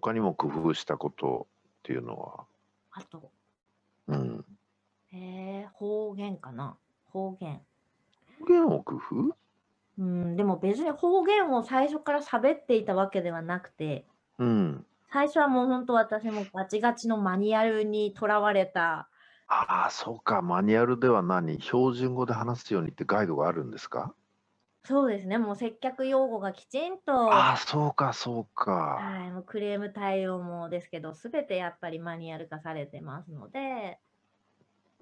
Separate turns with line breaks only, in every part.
他にも工夫したことっていうのは、
あと、
うん。
ええ、方言かな。方言。
方言を工夫？
うーん、でも別に方言を最初から喋っていたわけではなくて
うん。
最初はもうほんと私もガチガチのマニュアルにとらわれた
ああ、そうか、マニュアルでは何、標準語で話すようにってガイドがあるんですか？
そうですね、もう接客用語がきちんと
ああ、そうかそうか。
はい、もうクレーム対応もですけど、全てやっぱりマニュアル化されてますので、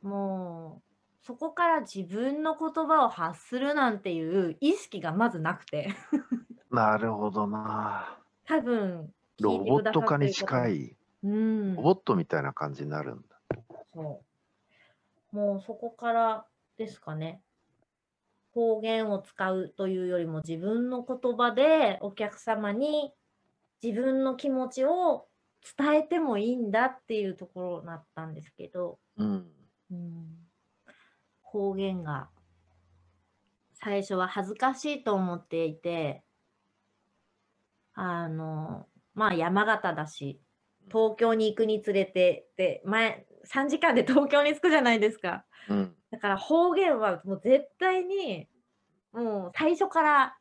もう、そこから自分の言葉を発するなんていう意識がまずなくて。
なるほどな。
多分、聞
ロ
いて
ボ
く
ッ
だ
ト
さっ
化
て
に
る方
近
も
い、
う
ロ
ん。
ボットみたいな感じになるんだ。
そう。もうそこからですかね。方言を使うというよりも、自分の言葉でお客様に自分の気持ちを伝えてもいいんだっていうところなったんですけど。
うん。
うーん。方言が最初は恥ずかしいと思っていてあの、まあ、山形だし、
うん。
東京に行くにつれて、で、前3時間で東 京に着くじゃないですか。
うん。
だから方言はもう絶対に、もう最初から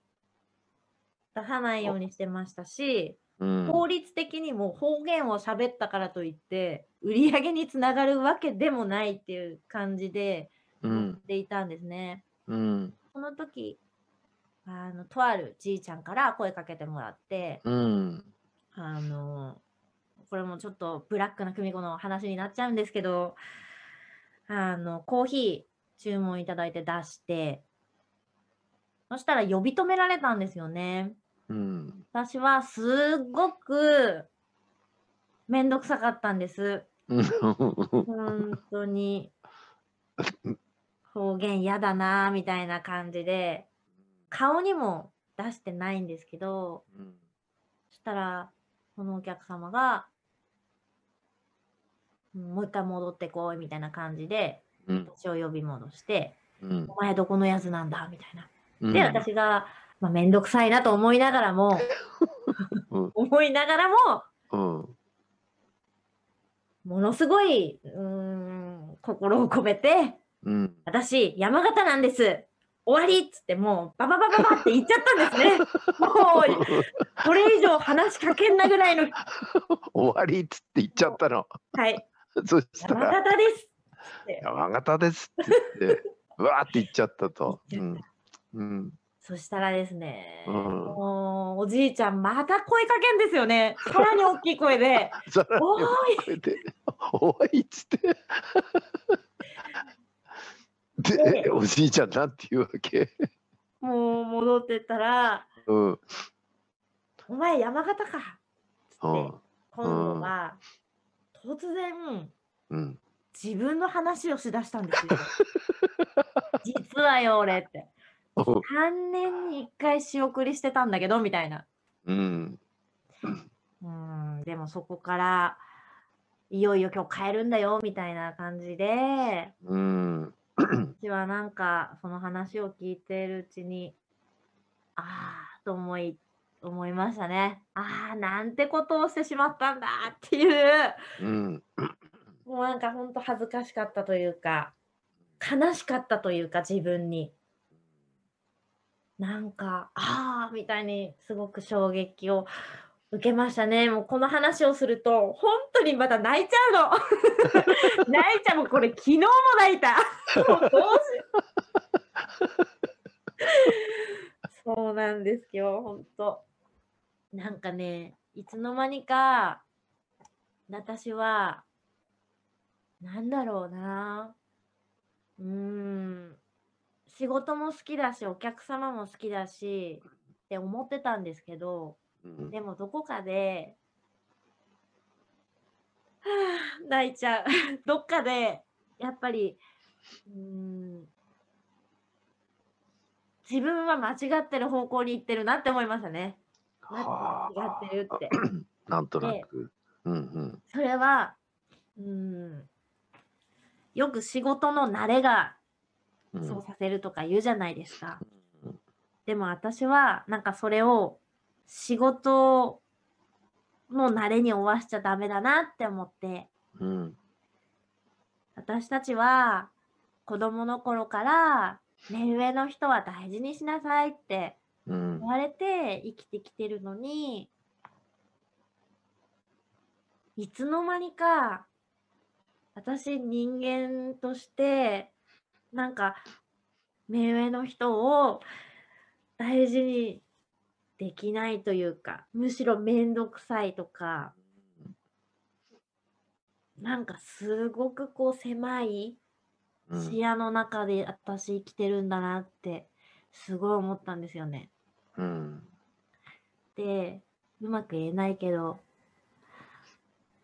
出さないよう
お。
にしてましたし、
う
法
ん。
律的にも方言を喋ったからといって、売り上げにつながるわけでもないっていう感じで
う
言っ
ん。
ていたんですね。
うん。
その時、あの、とあるじいちゃんから声かけてもらって
うん。
あの、これもちょっとブラックな久美子の話になっちゃうんですけどあの、コーヒー注文いただいて出してそしたら呼び止められたんですよね。
うん。
私はすごくめんどくさかったんです。ほんとに。方言嫌だなみたいな感じで、顔にも出してないんですけど
うん。
したら、そのお客様がうん、もう1回戻ってこいみたいな感じで、
うん。
私を呼び戻して、
うん。
お前どこのやつなんだみたいな。
う
で、
ん。
私が、ま、めんどくさいなと思いながらも
うん。
思いながらも
うん。
ものすごい、うーん、心を込めて、
うん。
私、山形なんです。終わりっつって、もうバババババって言っちゃったんです ね。もう、これ以上話しかけんなぐらいの
終わりっつって言っちゃっ
も
たの。
うはい。
そした
山
ら
形ですって。
山形ですって言って、わって言っちゃった
言っ
と。
ちゃ
う
っ
ん。
た。
うん。
そしたらです
う
ね、
ん。
もうおじいちゃんまた声かけんですよね。さらにおっきい 声で、
さら
「お
に大きい
い！」
声で、おいっつって。で、え、
で
おじいちゃんなんて言うわけ？
もう戻ってったら
うん。
「お前山形か」つっ
う
て、
ん。
今度
うん。
は突然
うん。
自分の話をしだしたんですよ。「実はよ、俺」って。
うん。
「3年に1回仕送りしてたんだけど」みたいな。
うん。うん。
うーん、でもそこから、いよいよ今日帰るんだよみたいな感じで
うーん。
私はなんかその話を聞いてるうちに、ああ、と思い思いましたね。ああ、なんてことをしてしまったんだっていう。
うん。
もうなんかほんと恥ずかしかったというか、悲しかったというか、自分に。なんか、ああ、みたいにすごく衝撃を受けましたね。もうこの話をすると、ほんとにまた泣いちゃうの。 泣いちゃう、もうこれ昨日も泣いた。もうどうしよう。そうなんですよ、ほんと。なんかね、いつの間にか、私はなんだろうな。うーん。仕事も好きだし、お客様も好きだしって思ってたんですけど、
うん。
でもどこかではあ、泣いちゃう。 どっかで、やっぱり、うーん。自分は間違ってる方向に行ってるなって思いましたね。な
は
違ってるっ
あ。
て。
なんとな
で
く。うんうん。
それは、うーん。よく仕事の慣れが、
う。
そうんさせるとか言うじゃないですか。
うん。
でも私はなんかそれを仕事の慣れに負わしちゃダメだなって思って、
うん。
私たちは子供の頃から目上の人は大事にしなさいって
うん
言。われて生きてきてるのに、いつの間にか私人間としてなんか目上の人を大事にできないというかむしろ面倒くさいとかなんかすごくこう狭い
うん
視野の中で私生きてるんだなってすごい思ったんですよね。
うん。
でうまく言えないけど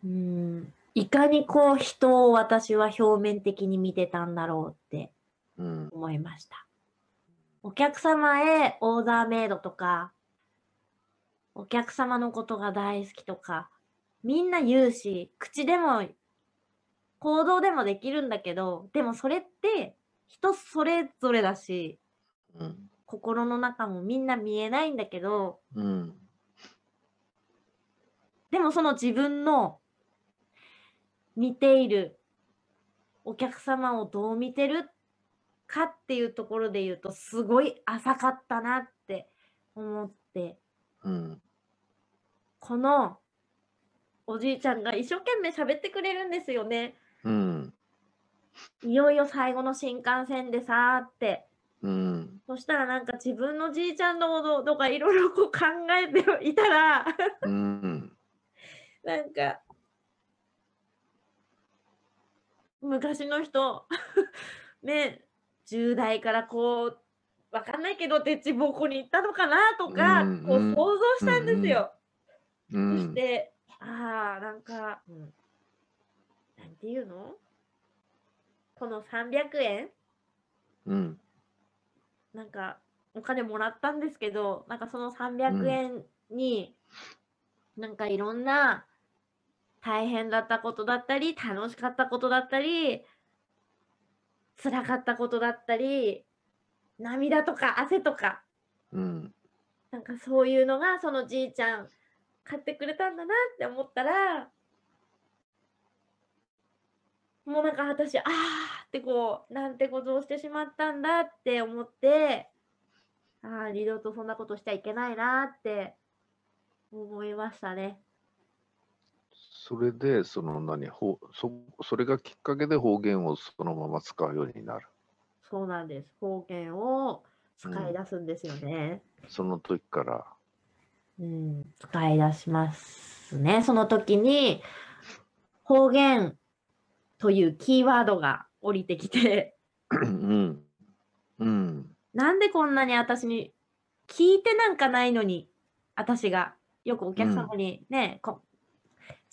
うーんいかにこう人を私は表面的に見てたんだろうって
うん。
思いました。お客様へオーダーメイドとかお客様のことが大好きとかみんな言うし口でも行動でもできるんだけどでもそれって人それぞれだし
うん。
心の中もみんな見えないんだけど
うん。
でもその自分の見ているお客様をどう見てるかっていうところで言うとすごい浅かったなって思って
うん。
このおじいちゃんが一生懸命喋ってくれるんですよね。
うん。
いよいよ最後の新幹線でさーって。
うん。
そしたらなんか自分のじいちゃんのこととかいろいろこう考えていたら
うん。
なんか、昔の人、 ね、10代からこう、わかんないけど、でっち奉公に行ったのかなとか、
うん
こう
うん
想像したんですよ。
う
そし
ん。
て、ああ、なんか、うんなんていうのこの300円
うん。
なんかお金もらったんですけど、なんかその300円に、なんかいろんな大変だったことだったり、楽しかったことだったり、辛かったことだったり、涙とか汗とか、
うん。
なんかそういうのがそのじいちゃん買ってくれたんだなって思ったら、もうなんか私、あーってこう、なんてことをしてしまったんだって思って、ああ、二度とそんなことしちゃいけないなって思いましたね。
それで、その何、ほそそれがきっかけで方言をそのまま使うようになる。
そうなんです。方言を使い出すんですよね。
その時から。
うん、使い出しますね。その時に方言というキーワードが降りてきて、
うん。うん。
なんでこんなに私に聞いてなんかないのに、私がよくお客様にね、こ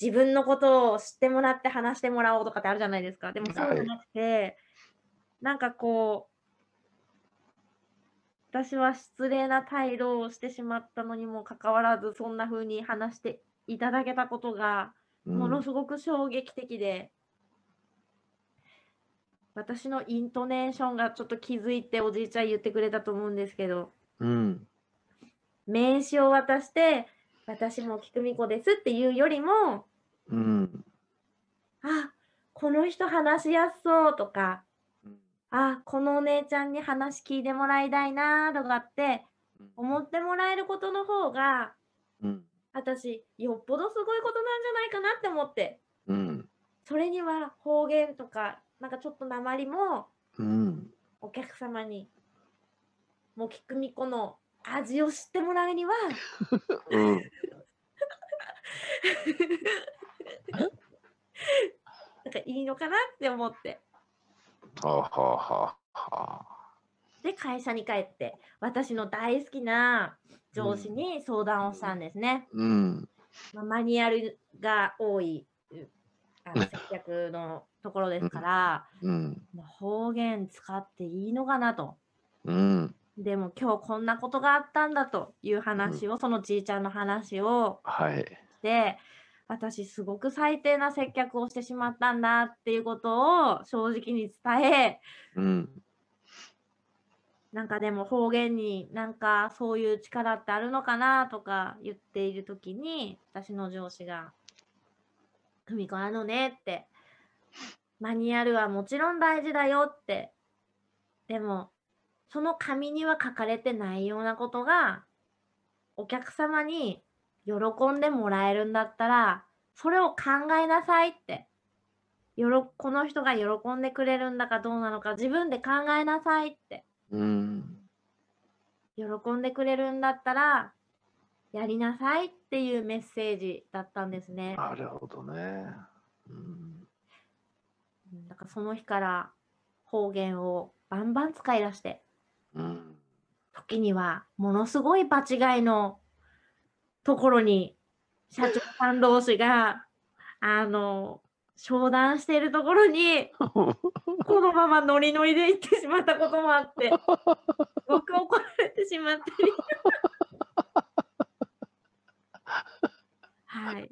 自分のことを知ってもらって話してもらおうとかってあるじゃないですか。でもそうじゃなくて、なんかこう、私は失礼な態度をしてしまったのにもかかわらず、そんな風に話していただけたことが、
うん
ものすごく衝撃的で、私のイントネーションがちょっと気づいておじいちゃん言ってくれたと思うんですけど、
うん。
名刺を渡して、私も菊美子ですっていうよりも、
うん。
あ、この人話しやすそうとか、
うん
あ、このお姉ちゃんに話聞いてもらいたいなとかって思ってもらえることの方が、
うん。
私、よっぽどすごいことなんじゃないかなって思って、
うん。
それには方言とか、なんかちょっと鉛も
うん。
お客様にもう菊美子の味を知ってもらうには
うん。
なんかいいのかなって思って
はあはあはあはあ。
で会社に帰って私の大好きな上司に相談をしたんですね、
うん。
まあマニュアルが多いうあの接客のところですから、
うん。
まあ方言使っていいのかなと
うん。
でも今日こんなことがあったんだという話を、そのじいちゃんの話を
はい。
で私すごく最低な接客をしてしまったんだっていうことを正直に伝え
うん。
なんかでも方言になんかそういう力ってあるのかなとか言っている時に私の上司が「久美子あのね」って「マニュアルはもちろん大事だよ」ってでもその紙には書かれてないようなことがお客様に喜んでもらえるんだったらそれを考えなさいってよろこの人が喜んでくれるんだかどうなのか自分で考えなさいって
うん。
喜んでくれるんだったらやりなさいっていうメッセージだったんですね。
なるほどね。うん。
うんだからその日から方言をバンバン使い出して
うん。
時にはものすごい場違いのところに社長さん同士があの商談しているところにこのままノリノリで行ってしまったこともあって僕怒られてしまってはい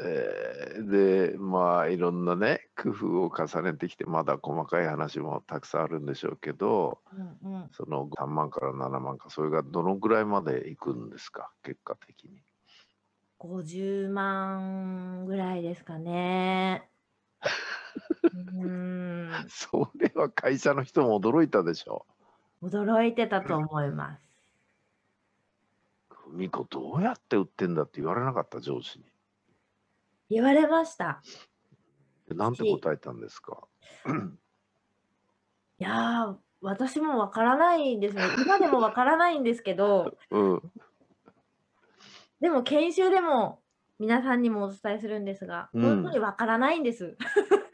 えーでまあいろんなね工夫を重ねてきてまだ細かい話もたくさんあるんでしょうけど
うんうん
その3万から7万かそれがどのぐらいまでいくんですか結果的に。
50万ぐらいですかねうーん
それは会社の人も驚いたでしょ
驚いてたと思います
う。ふみこどうやって売ってんだって言われなかった上司に。
言われました
でなんて答えたんですか
いやー、私もわからないんですね。今でもわからないんですけど、
うん。
でも研修でも皆さんにもお伝えするんですが、
うん
本当にわからないんです。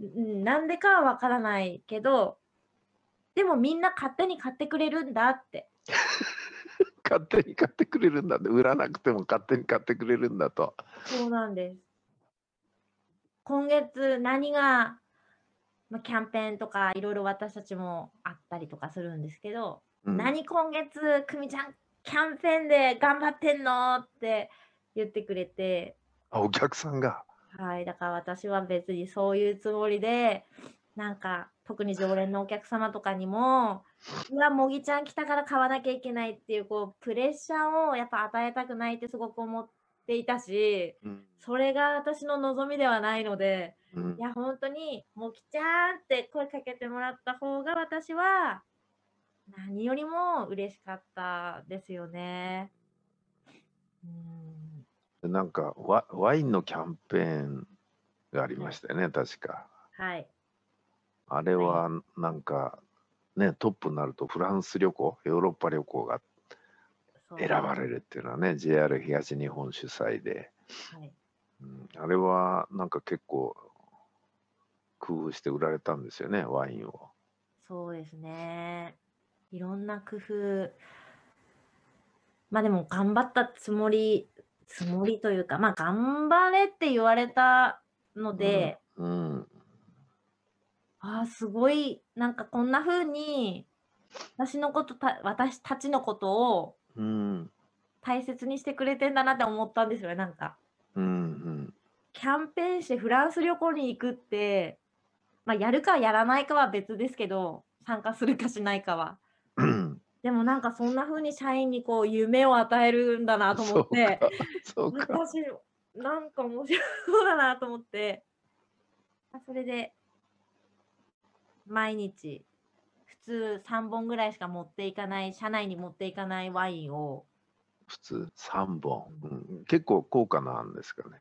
うんなんでかはわからないけど、でもみんな勝手に買ってくれるんだって。
勝手に買ってくれるんだって売らなくても勝手に買ってくれるんだと。
そうなんです。今月何が、まあ、キャンペーンとかいろいろ私たちもあったりとかするんですけど、
うん
何今月久美ちゃんキャンペーンで頑張ってんのって言ってくれて
あお客さんが。
はいだから私は別にそういうつもりでなんか特に常連のお客様とかにも「うわもぎちゃん来たから買わなきゃいけない」っていうこうプレッシャーをやっぱ与えたくないってすごく思っていたし
うん
それが私の望みではないので。
うん
いや、本当に、もきちゃんって声かけてもらった方が私は何よりも嬉しかったですよね。うん。
でなんかワワインのキャンペーンがありましたよね、確か。
はい。
あれはなんか、ね、トップになるとフランス旅行、ヨーロッパ旅行が
そう
選ばれるっていうのはね、JR 東日本主催で、
はい。
うん、あれはなんか結構工夫して売られたんですよね、ワインを。
そうですね。いろんな工夫。まあでも頑張ったつもり、つもりというか、まあ頑張れって言われたので、
うん、
ああ、すごい、なんかこんな風に、私のことた、私たちのことを
うん、
大切にしてくれてんだなって思ったんですよね、なんか。
うん、うん、
キャンペーンしてフランス旅行に行くって、まあ、やるかやらないかは別ですけど、参加するかしないかは。
うん。
でもなんかそんな風に社員にこう夢を与えるんだなと
そ
思
う
っ
か
て、、
そうか。
私、なんか面白そうだなと思って、あそれで、毎日、普通3本ぐらいしか持っていかない、社内に持っていかないワインを、
普通3本、うん、結構高価なんですかね。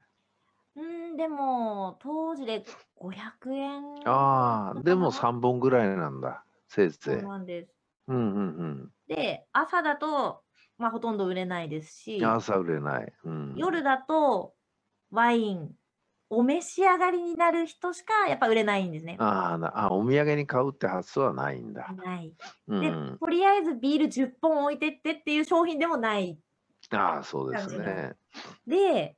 うん、でも、当時で500円
ああ、でも
そ
3本ぐらいなんだ、せいぜい。
うなんです。
うんうん
で、朝だと、まあ、ほとんど売れないです
う
し
ん。、朝売れない。うん、
夜だと、ワイン、お召し上がりになる人しかやっぱ売れないんですね。
あーなあ、お土産に買うって発想はないんだ。
ない。
う
で
ん、
とりあえずビール10本置いてってっていう商品でもない。
ああ、そうです
感じ
ね。
で、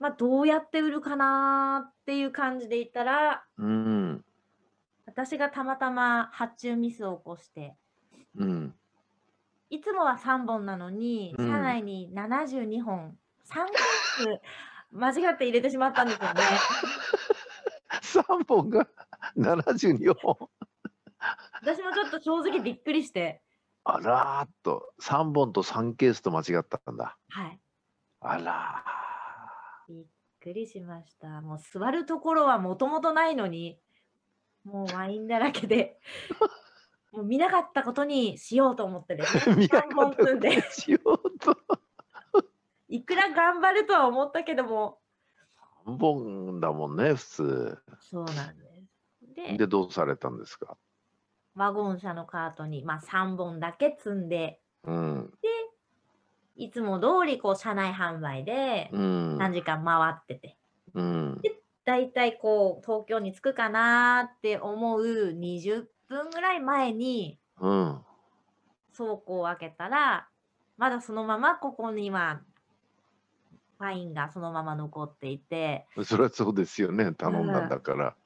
まあ、どうやって売るかなーっていう感じで言ったら、
うん、
私がたまたま発注ミスを起こして、
うん、
いつもは3本なのに、
うん
社内に72本、3本ずつ間違って入れてしまったんですよね。
3本が72本。
私もちょっと正直びっくりして、
あらーっと、3本と3ケースと間違ったんだ。
はい。
あら
びっくりしました。もう座るところはもともとないのに、もうワインだら けで、もう見なかったことにしようと思ってですね。
ー。 見なか
3
っ
本
た
組んで、
しようと。
いくら頑張るとは思ったけども、
3本だもんね、普通。
そうなんです。で、
で、どうされたんですか
ワゴン車のカートに、まあ、3本だけ積んで、
うん。
いつも通りこう車内販売で
うん。
何時間回ってて、
うん。
だいたいこう東京に着くかなーって思う20分ぐらい前に
うん。
倉庫を開けたら、まだそのままここにはワインがそのまま残っていて、
そりゃそうですよね。頼んだんだから。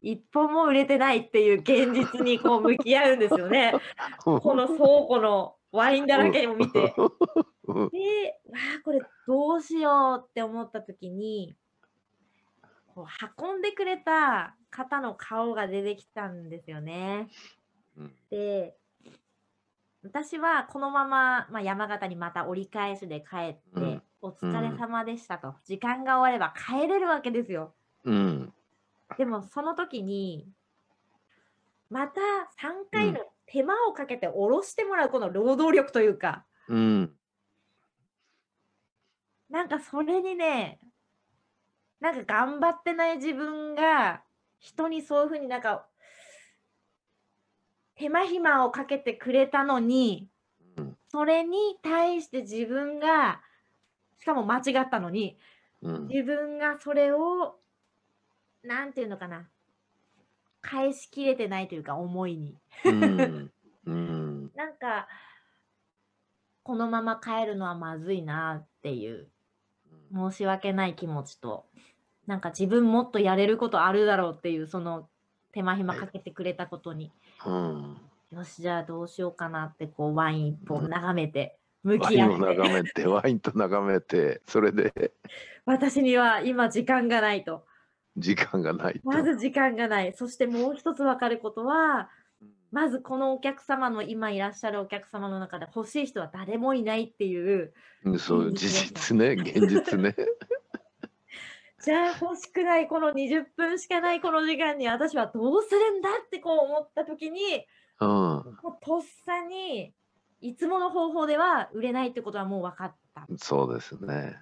一本も売れてないっていう現実にこう向き合うんですよね。この倉庫のワインだらけを見て。
うん
で、わあ、これどうしようって思った時に、こう運んでくれた方の顔が出てきたんですよね。
うん
で、私はこのまま、まあ、山形にまた折り返しで帰って、
うん
お疲れ様でしたと、時間が終われば帰れるわけですよ。
うん。
でもその時に、また3回の手間をかけて下ろしてもらうこの労働力というか、
うん。
なんかそれにね、なんか頑張ってない自分が人にそういうふうになんか手間暇をかけてくれたのに、
うん
それに対して自分が、しかも間違ったのに、
うん。
自分がそれを、なんていうのかな、返しきれてないというか、思いに。
うん。うん。
なんか、このまま帰るのはまずいなっていう。申し訳ない気持ちと、なんか自分もっとやれることあるだろうっていう、その手間暇
はい
かけてくれたことに、
うん。
よし、じゃあどうしようかなって、こうワイン一
う
本
ん
眺めて、向
ワ
き
イ
合
ンを
って、
眺めて、ワインと眺めて、それで
私には今時間がないと。
時間がないと。
まず時間がない。そしてもう一つ分かることは、まずこのお客様の、今いらっしゃるお客様の中で欲しい人は誰もいないっていう、
うんそう、
現
事
実
実ね、現実ね。
じゃあ欲しくないこの20分しかないこの時間に私はどうするんだってこう思った時に、
うん。
もうとっさにいつもの方法では売れないってことはもう分かった。
そうですね。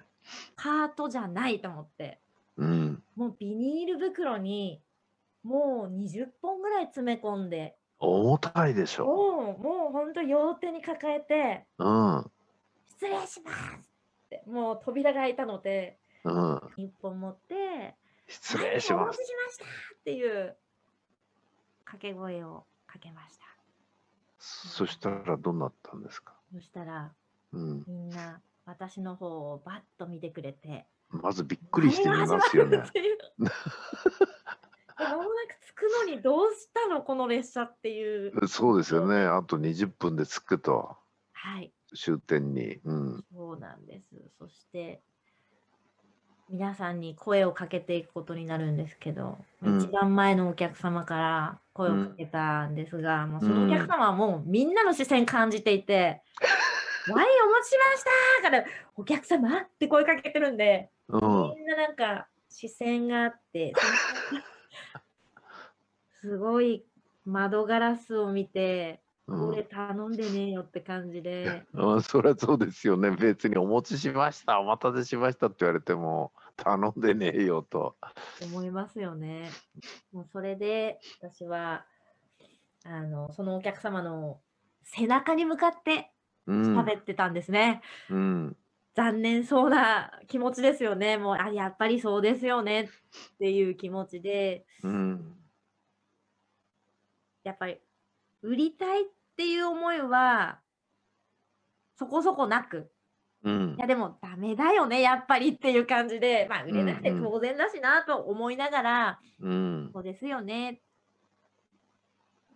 カートじゃないと思って、
うん。
もうビニール袋にもう20本ぐらい詰め込んで、
重たいでしょ。
もうもうほんと両手に抱えて、
うん。
失礼しますって、もう扉が開いたので、
うん。
1本持って、
失礼しま
はいお持
す。
ちしましたっていう掛け声をかけました。
そしたらどうなったんですか。
そしたら
うん。
みんな私の方をバッと見てくれて、
まずびっくりしてみますよ
何
ね
が始まるっ。ていうまもなく着くのにどうしたのこの列車っていう。
そうですよね。あと20分で着くと
はい、
終点に。うん。
そうなんです。そして皆さんに声をかけていくことになるんですけど、
うん
一番前のお客様から声をかけたんですが、もうそのお客様はもうみんなの視線感じて いて、ワインお持ちしましたからお客様って声かけてるんで、
うん。
みんななんか視線があって、 そのすごい窓ガラスを見て、
う
俺
ん。
頼んでねえよって感じで、
あそりゃそうですよね。別にお持ちしました。お待たせしましたって言われても頼んでねえよと。
思いますよね。もうそれで私は、あの、そのお客様の背中に向かって
うん。
喋ってたんですね。
うん。
残念そうな気持ちですよね。もう、あ、やっぱりそうですよねっていう気持ちで、
うん。
やっぱり売りたいっていう思いはそこそこなく、
うん
いや。でもダメだよね、やっぱりっていう感じで、まあ売れなくて
うんうん
当然だしなと思いながら、
うん。
そうですよね、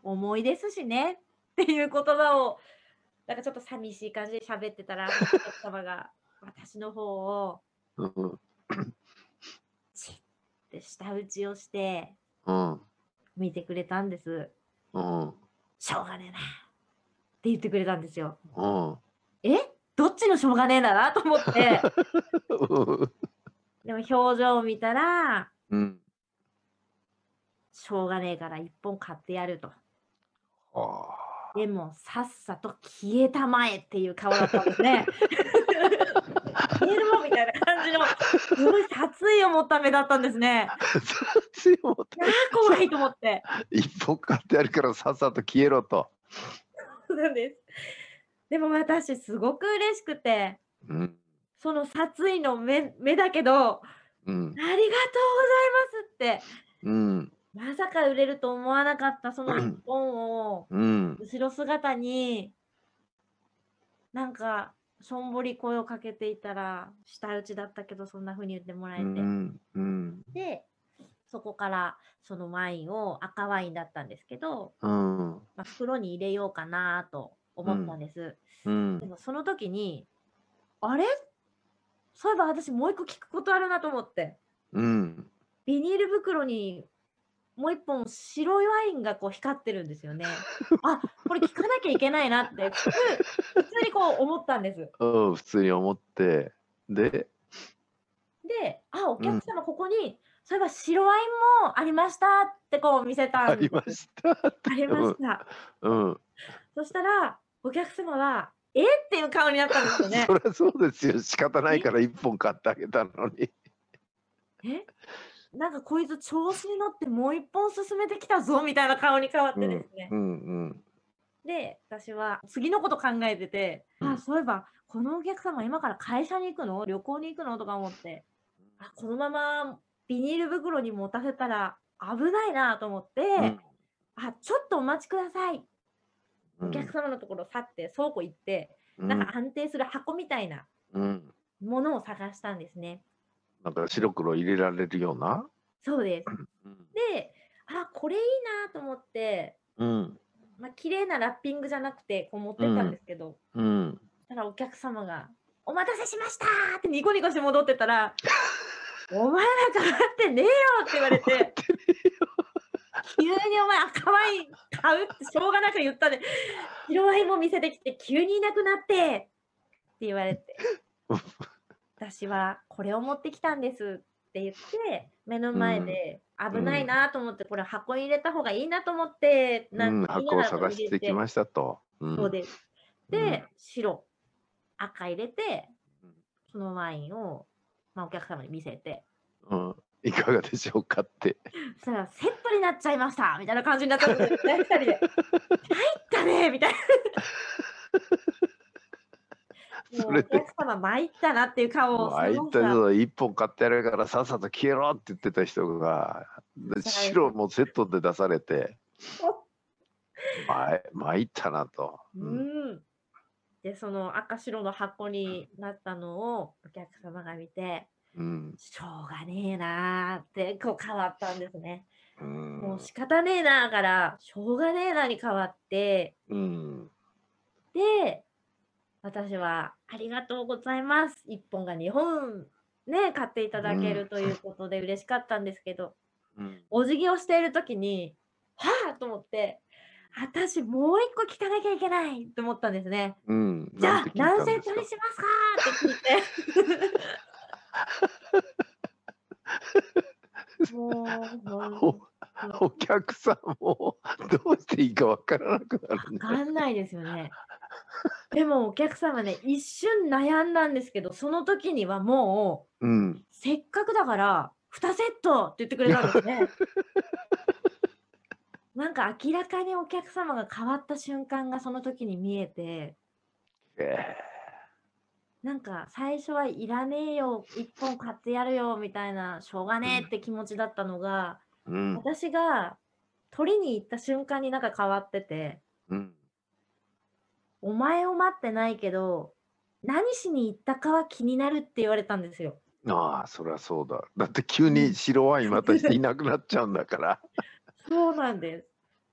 重いですしねっていう言葉を、なんかちょっと寂しい感じで喋ってたら、お客 様が私の方を
うん。
チッって舌打ちをして
うん。
見てくれたんです。
うん。
しょうがねえな。って言ってくれたんですよ。
うん。
えどっちのしょうがねえんだなと思って。 でも表情を見たら、
うん。
しょうがねえから一本買ってやると。
あ
でもさっさと消えたまえっていう顔だったんですね。消えるもんみたいな感じの、すごい殺意を持った目だったんですね。
あ。そういうこと
いやー怖いと思って。
一本買ってやるからさっさと消えろと。
そうなんです。でも私すごく嬉しくて、
うん。
その殺意の目目だけど、
うん
ありがとうございますって、
うん
まさか売れると思わなかったその一本を、
うん
後ろ姿に、なんか、しょんぼり声をかけていたら、舌打ちだったけど、そんな風に言ってもらえ
う
て。
んうん
で、そこから、そのワインを、赤ワインだったんですけど、
うん
まあ、袋に入れようかなと思ったんです。
うん
でもその時に、あれそういえば私もう一個聞くことあるなと思って、
うん
ビニール袋にもう一本白いワインがこう光ってるんで すよね。あ、これ聞かなきゃいけないなって、普通、普通にこう思ったんです。
うん普通に思ってで
で、あ、お
うん
客様ここに、そういえば白ワインもありましたってこう見せた
あ
んで
り
す。
ました
ありました。
うん
そしたら、お客様は、えっていう顔になったんですよね
そ。りゃそうですよ仕方ないから一本買ってあげたのに
えなんかこいつ調子に乗ってもう一本進めてきたぞみたいな顔に変わって
うん
ですね、
うんうん
で私は次のこと考えてて、
うん
あそういえばこのお客様今から会社に行くの旅行に行くのとか思ってあこのままビニール袋に持たせたら危ないなと思って、
うん
あちょっとお待ちください、
うん
お客様のところ去って倉庫行って、
うん
なんか安定する箱みたいな
うん
ものを探したんですね
なんか白黒入れられるような
そうです
うん
であこれいいなと思って
うん
まあ綺麗なラッピングじゃなくてこう持ってったんですけど、
うん
そしたらお客様が「お待たせしました!」ってニコニコして戻ってたら「お前なんか待ってねえよ!」って言われて急に「お前赤ワイン買う」ってしょうがなく言ったで白ワインも見せてきて急にいなくなってって言われて
うん
私はこれを持ってきたんですって言って目の前で危ないなと思って、これ箱に入れた方がいいなと思って
う
なん
ん
か言いな
箱
が
を
ら
探してき
入れ
ましたとうん
そうです。
う
で、
ん
白、赤入れて
うん、
そのワインを、まあ、お客様に見せて、
うんいかがでしょうかって
そしたらセットになっちゃいましたみたいな感じになったんですよね、2人 で。入ったねみたいな。も
そうれ
お
で
客様参ったなっていう顔を
あい
まし
ったぞ一本買ってやるからさっさと消えろって言ってた人がで
さ
白もセットで出されて
お
まい参ったなと、う
うんん。で、その赤白の箱になったのをお客様が見て、
うん
しょうがねえなーってこう変わったんですね。
うん
もう仕方ねえなから、しょうがねえなに変わって、
うん
で、私は、ありがとうございます。1本が2本、ね、買っていただけ
う
る
ん
ということで嬉しかったんですけど、
うん
お辞儀をしているときに、はぁと思って、私もう1個聞かなきゃいけないと思ったんですね。
うん
じゃあ、
なん
何
て
セ
聞いた
ット
んで
に
す
しますかって聞いて。 もう、
か
もう
おお客さんもどうしていいかわからなくなる
わ
ね
かんないですよね。でもお客様ね、一瞬悩んだんですけど、その時にはも
うん
う、せっかくだから、2セットって言ってくれたんで すね。なんか明らかにお客様が変わった瞬間がその時に見えて、
え
なんか最初はいらねえよ、1本買ってやるよみたいな、しょうがねえって気持ちだったのが、
ーうん
私が取りに行った瞬間になんか変わってて、
うん
お前を待ってないけど、何しに行ったかは気になるって言われたんですよ。
ああそりゃそうだだって急に白ワインまたしていなくなっちゃうんだから
そうなんです。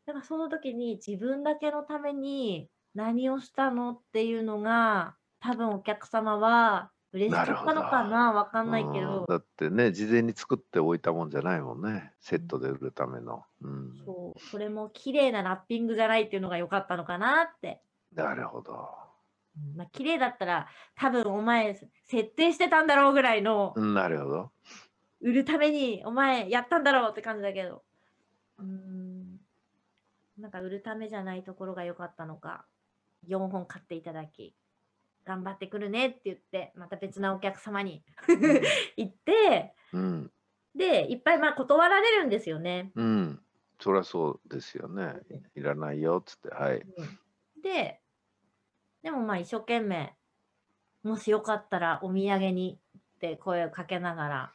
だからその時に自分だけのために何をしたのっていうのが、多分お客様は嬉しかったのかなわかんないけ
うん
ど、
だってね事前に作っておいたもんじゃないもんねセットで売るための、うん、
そう、それも綺麗なラッピングじゃないっていうのが良かったのかなって。
なるほど、
うんまあ、綺麗だったら、多分お前、設定してたんだろうぐらいの、
うんなるほ ど
売るために、お前、やったんだろうって感じだけど。うーん。なんか、売るためじゃないところが良かったのか、4本買っていただき、頑張ってくるねって言って、また別なお客様に 行って、
うん
で、いっぱいまあ断られるんですよね。
うんそりゃそうですよねいらないよっつってはい
で、でもまあ一生懸命、もしよかったらお土産にって声をかけながら、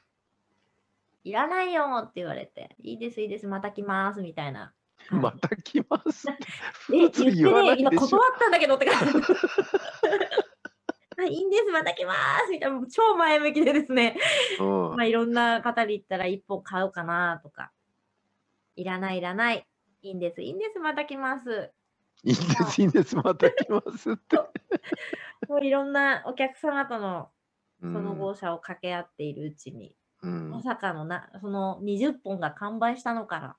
いらないよって言われて、いいですいいです、また来ますみたいな。はい
また来ますって
え、言
普
って
通言わな
ね、
い
今
でしょ
断ったんだけどって感じ。 あいいんです、また来ますみたいな、もう超前向きでですね、
うん
まあいろんな方に言ったら一本買うかなとか、いらないいらない、いいんです、いいんです、また来ます。
いいんですいいんですまた来ますって
もういろんなお客様との
そ
その号車を掛け合っているうちに、
うん、
まさかのな、その20本が完売したのから、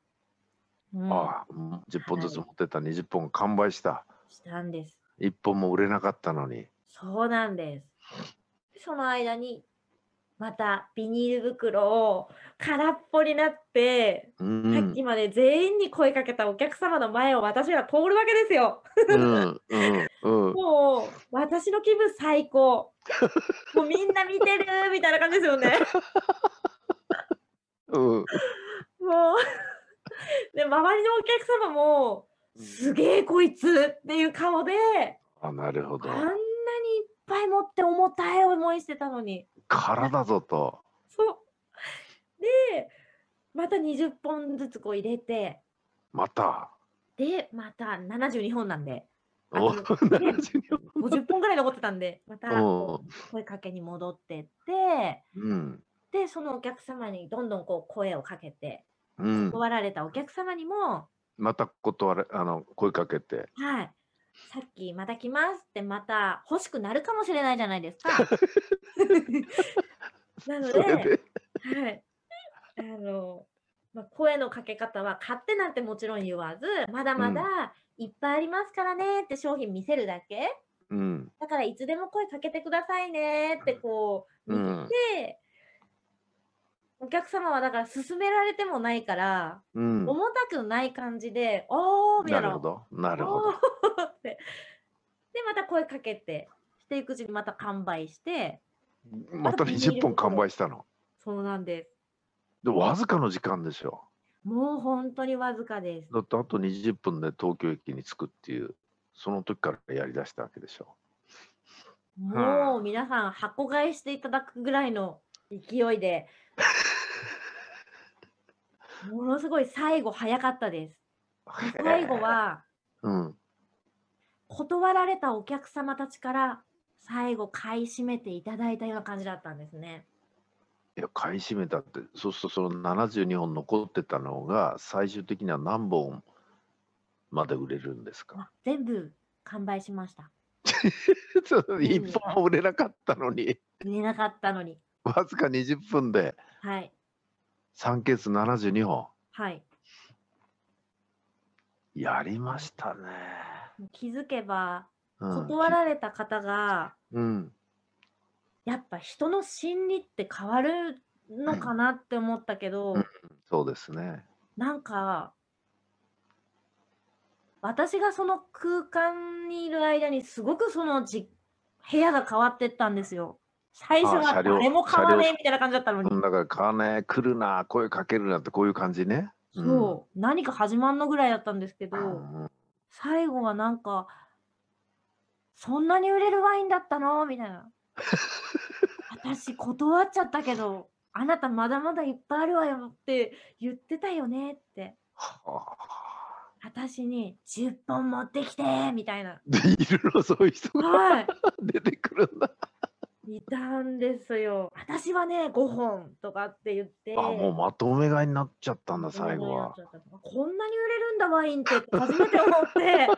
うん、
ああ10本ずつ持ってた20本完売した
したんです。
1本も売れなかったのに
そうなんです。その間に、またビニール袋を空っぽになって、
う
さっ
ん
きまで全員に声かけたお客様の前を私が通るわけですよ。
うんうんうん
もう、私の気分 最高。もうみんな見てるみたいな感じですよね。
うん
もう で周りのお客様も
うん
すげえこいつっていう顔で
あなるほ
あ
ど
んなにいっぱい持って重たい思いしてたのに
空だぞと
そうでまた20本ずつこう入れて
また
でまた72本なんであ
お
と
72
50本ぐらい残ってた んでまたこ
お
う声かけに戻ってって
うん
でそのお客様にどんどんこう声をかけて
うん
断られたお客様にも
また断れあの声かけて
はい。さっきまた来ますってまた欲しくなるかもしれないじゃないです か。なの
そ
で、
れで
はい。あの、まあ、声のかけ方は買ってなんてもちろん言わず、まだまだいっぱいありますからねって商品見せるだけ。
うん
だからいつでも声かけてくださいねってこう
う
見
ん
て、お客様はだから勧められてもないから、
うん
重たくない感じで、おーみ
な
た
いる
な
ほ。どなるほ
お
ど
ー ってでまた声かけてしていくうちにまた完売して
また20本完売したの
そうなんです
でわずかの時間でしょ
もう本当にわずかです
だってあと20分で東京駅に着くっていうその時からやりだしたわけでしょ
もう皆さん箱買いしていただくぐらいの勢いでものすごい最後早かったです最後は
うん
断られたお客様たちから最後買い占めていただいたような感じだったんですね
いや買い占めたってそうするとその72本残ってたのが最終的には何本まで売れるんですか
あ全部完売しました
そう一本も売れなかったのに
売れなかったのに
わずか20分で
はい
3ケース72本
はい
やりましたね、
もう気づけば
うん、
断られた方が、
うん
やっぱ人の心理って変わるのかなって思ったけど、
うんそうですね
なんか私がその空間にいる間にすごくそのじ部屋が変わってったんですよ。最初
あ車
は
両
誰も買わねえみたいな感じだったのに、
うんだから金来るな声かけるなってこういう感じねうん
そう何か始まんのぐらいだったんですけど、
うん
最後はなんかそんなに売れるワインだったのみたいな私断っちゃったけどあなたまだまだいっぱいあるわよって言ってたよねって
は
私に10本持ってきてみたいな
あ、でいるのそういう人が
は
出てくるんだ、
いいたんですよ私はね5本とかって言って
あもうまとめ買いになっちゃったんだ最後は
こんなに売れるんだワインってって初めて思って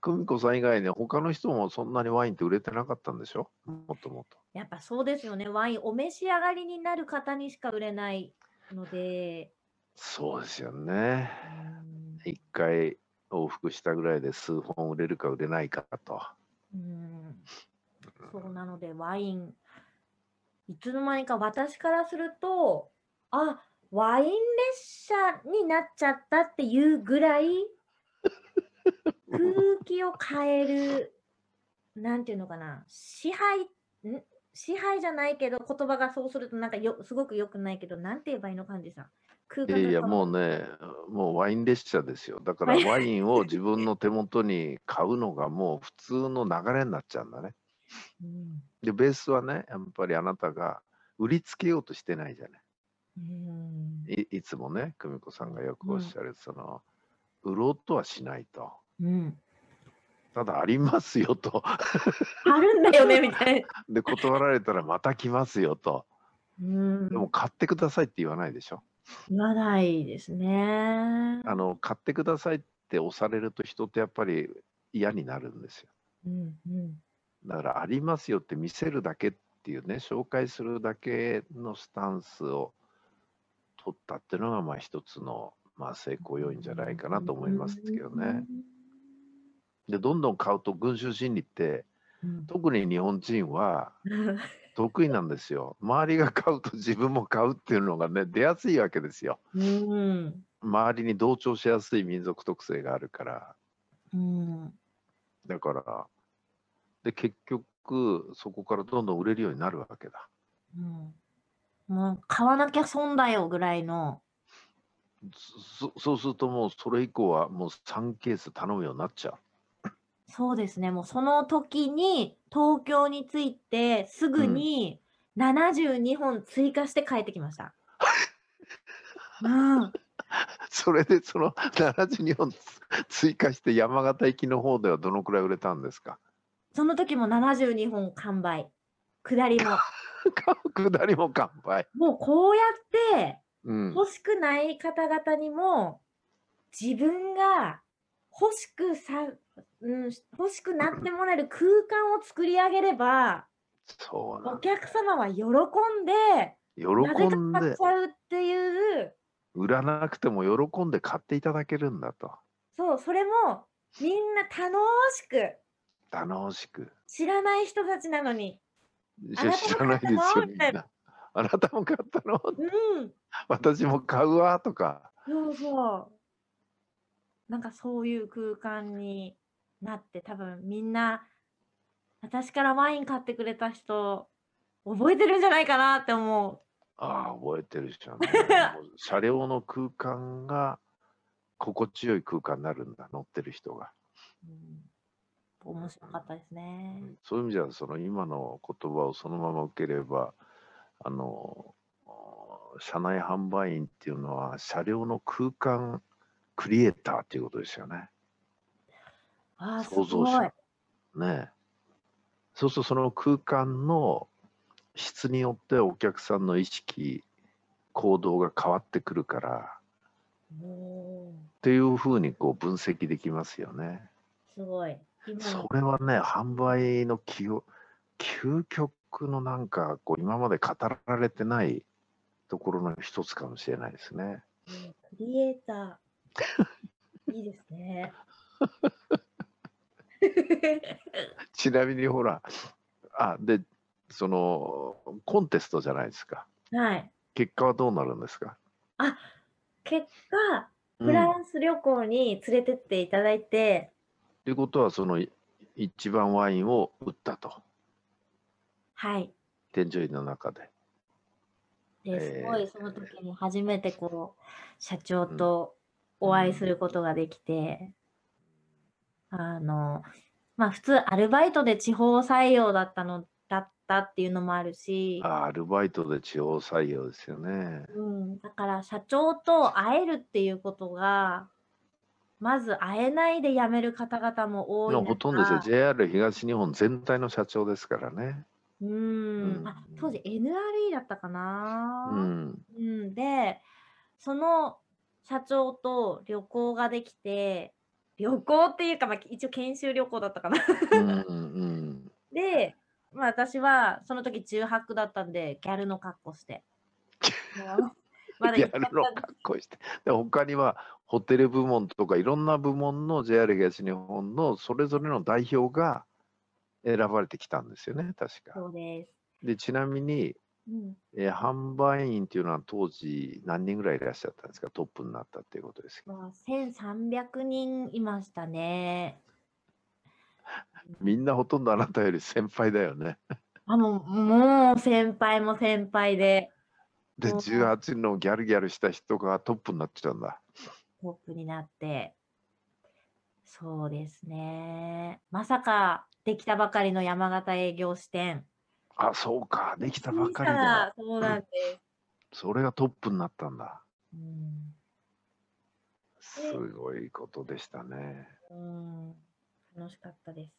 久美子さん以外ね、他の人もそんなにワインって売れてなかったんでしょもっともっと。
やっぱそうですよね。ワイン、お召し上がりになる方にしか売れないので。
そうですよね。
うん
一回往復したぐらいで数本売れるか売れないかと。
うんそうなのでワインいつの間にか私からするとあワイン列車になっちゃったっていうぐらい空気を変えるなんていうのかな支配ん支配じゃないけど言葉がそうするとなんかよすごく良くないけどなんて言えばいいのかんじさん空
いや
間
いや、
が変わ
もうね、もうワイン列車ですよ。だからワインを自分の手元に買うのがもう普通の流れになっちゃうんだね。
うん
で、ベースはね、やっぱりあなたが売りつけようとしてないじゃない。
うん
いいつもね、久美子さんがよく
うん
おっしゃる、その、売ろうとはしないと。
うん、
ただありますよと。
あるんだよねみたいな。
で、断られたらまた来ますよと。
うん
でも買ってくださいって言わないでしょ。
言わないですね。
あの、買ってくださいって押されると人ってやっぱり嫌になるんですよ。
うんうん
だからありますよって見せるだけっていうね、紹介するだけのスタンスを取ったっていうのが、まあ一つの、まあ成功要因じゃないかなと思いますけどね。。で、どんどん買うと群衆心理って、
うん
特に日本人は得意なんですよ。周りが買うと自分も買うっていうのがね、出やすいわけですよ。
うん
周りに同調しやすい民族特性があるから。
うん
だから、で、結局、そこからどんどん売れるようになるわけだ。
うんもう買わなきゃ損だよぐらいの。
そそうするともうそれ以降はもう3ケース頼むようになっちゃう。
そうですね。もうその時に東京に着いてすぐに72本追加して帰ってきました。うん
それでその72本つ追加して山形行きの方ではどのくらい売れたんですか
その時も72本完売。下りも。
下りも乾杯。
もうこうやって
うん、
欲しくない方々にも自分が欲しくさ、うん、欲しくなってもらえる空間を作り上げれば
そうな
お
ん
客様は喜んで
喜ん
なぜか
で
買っちゃうっていう
売らなくても喜んで買っていただけるんだと
そうそれもみんな楽しく
楽しく
知らない人たちなのに
い
あ
や
なたも
知らないです
買
よ
ったの
みんな。あなたも買ったの
うん
私も買うわとか
そうそう。なんかそういう空間になって、多分みんな、私からワイン買ってくれた人、覚えてるんじゃないかなって思う。
ああ、覚えてるじ ゃん、ね。もう車両の空間が心地よい空間になるんだ、乗ってる人が。
うん、面白かったですね。
そういう意味では、その今の言葉をそのまま受ければ、あの、車内販売員っていうのは、車両の空間クリエイターっていうことですよね。
ああ、す
想像
ご
し
い。
ねえ。そうすると、その空間の質によってお客さんの意識、行動が変わってくるから、
おー
っていうふうにこう分析できますよね。
すごい。今
そ
の
れはね、販売の気を究極のなんかこう今まで語られてないところの一つかもしれないですね。
うんクリエイター。いいですね。
ちなみにほら、あで、そのコンテストじゃないですか。
はい。
結果はどうなるんですか、
結果、
う
フ
ん、
ランス旅行に連れてっていただいて、
ということは、そのい一番ワインを売ったと、
はい。
添乗員の中で。
です
えー
ごいその時に初めてこう社長とお会いすることができて、あのまあ普通アルバイトで地方採用だったのだったっていうのもあるし、
あアルバイトで地方採用ですよね。
うん、だから社長と会えるっていうことがまず会えないで辞める方々も多い
今
中
ほとんどですよ JR 東日本全体の社長ですからね。
うん
うん
あ当時 NRE だったかな。
うん、
うん、でその社長と旅行ができて旅行っていうか、まあ、一応研修旅行だったかな。
うんうん
で、まあ、私はその時中泊だったんでギャルの格好して。 もうまだ
ギ
行っちゃ
ャ
った
ルの格好して。で他にはホテル部門とかいろんな部門の JR 東日本のそれぞれの代表が選ばれてきたんですよね、確か。
そうです。
でちなみに、
うん、
えー販売員っていうのは当時何人ぐらいいらっしゃったんですか、トップになったっていうことですけど。
まあ、1300人いましたね。
みんなほとんどあなたより先輩だよね。
あもうもう先輩も先輩で
で、
そう
18のギャルギャルした人がトップになっちゃうんだ。
トップになって。そうですね。まさかできたばかりの山形営業支店。
あ、そうか、できたばっかり
小さ
だ。
なそうなんです。
それがトップになったんだ。
うん
すごいことでしたね。
うん楽しかったです。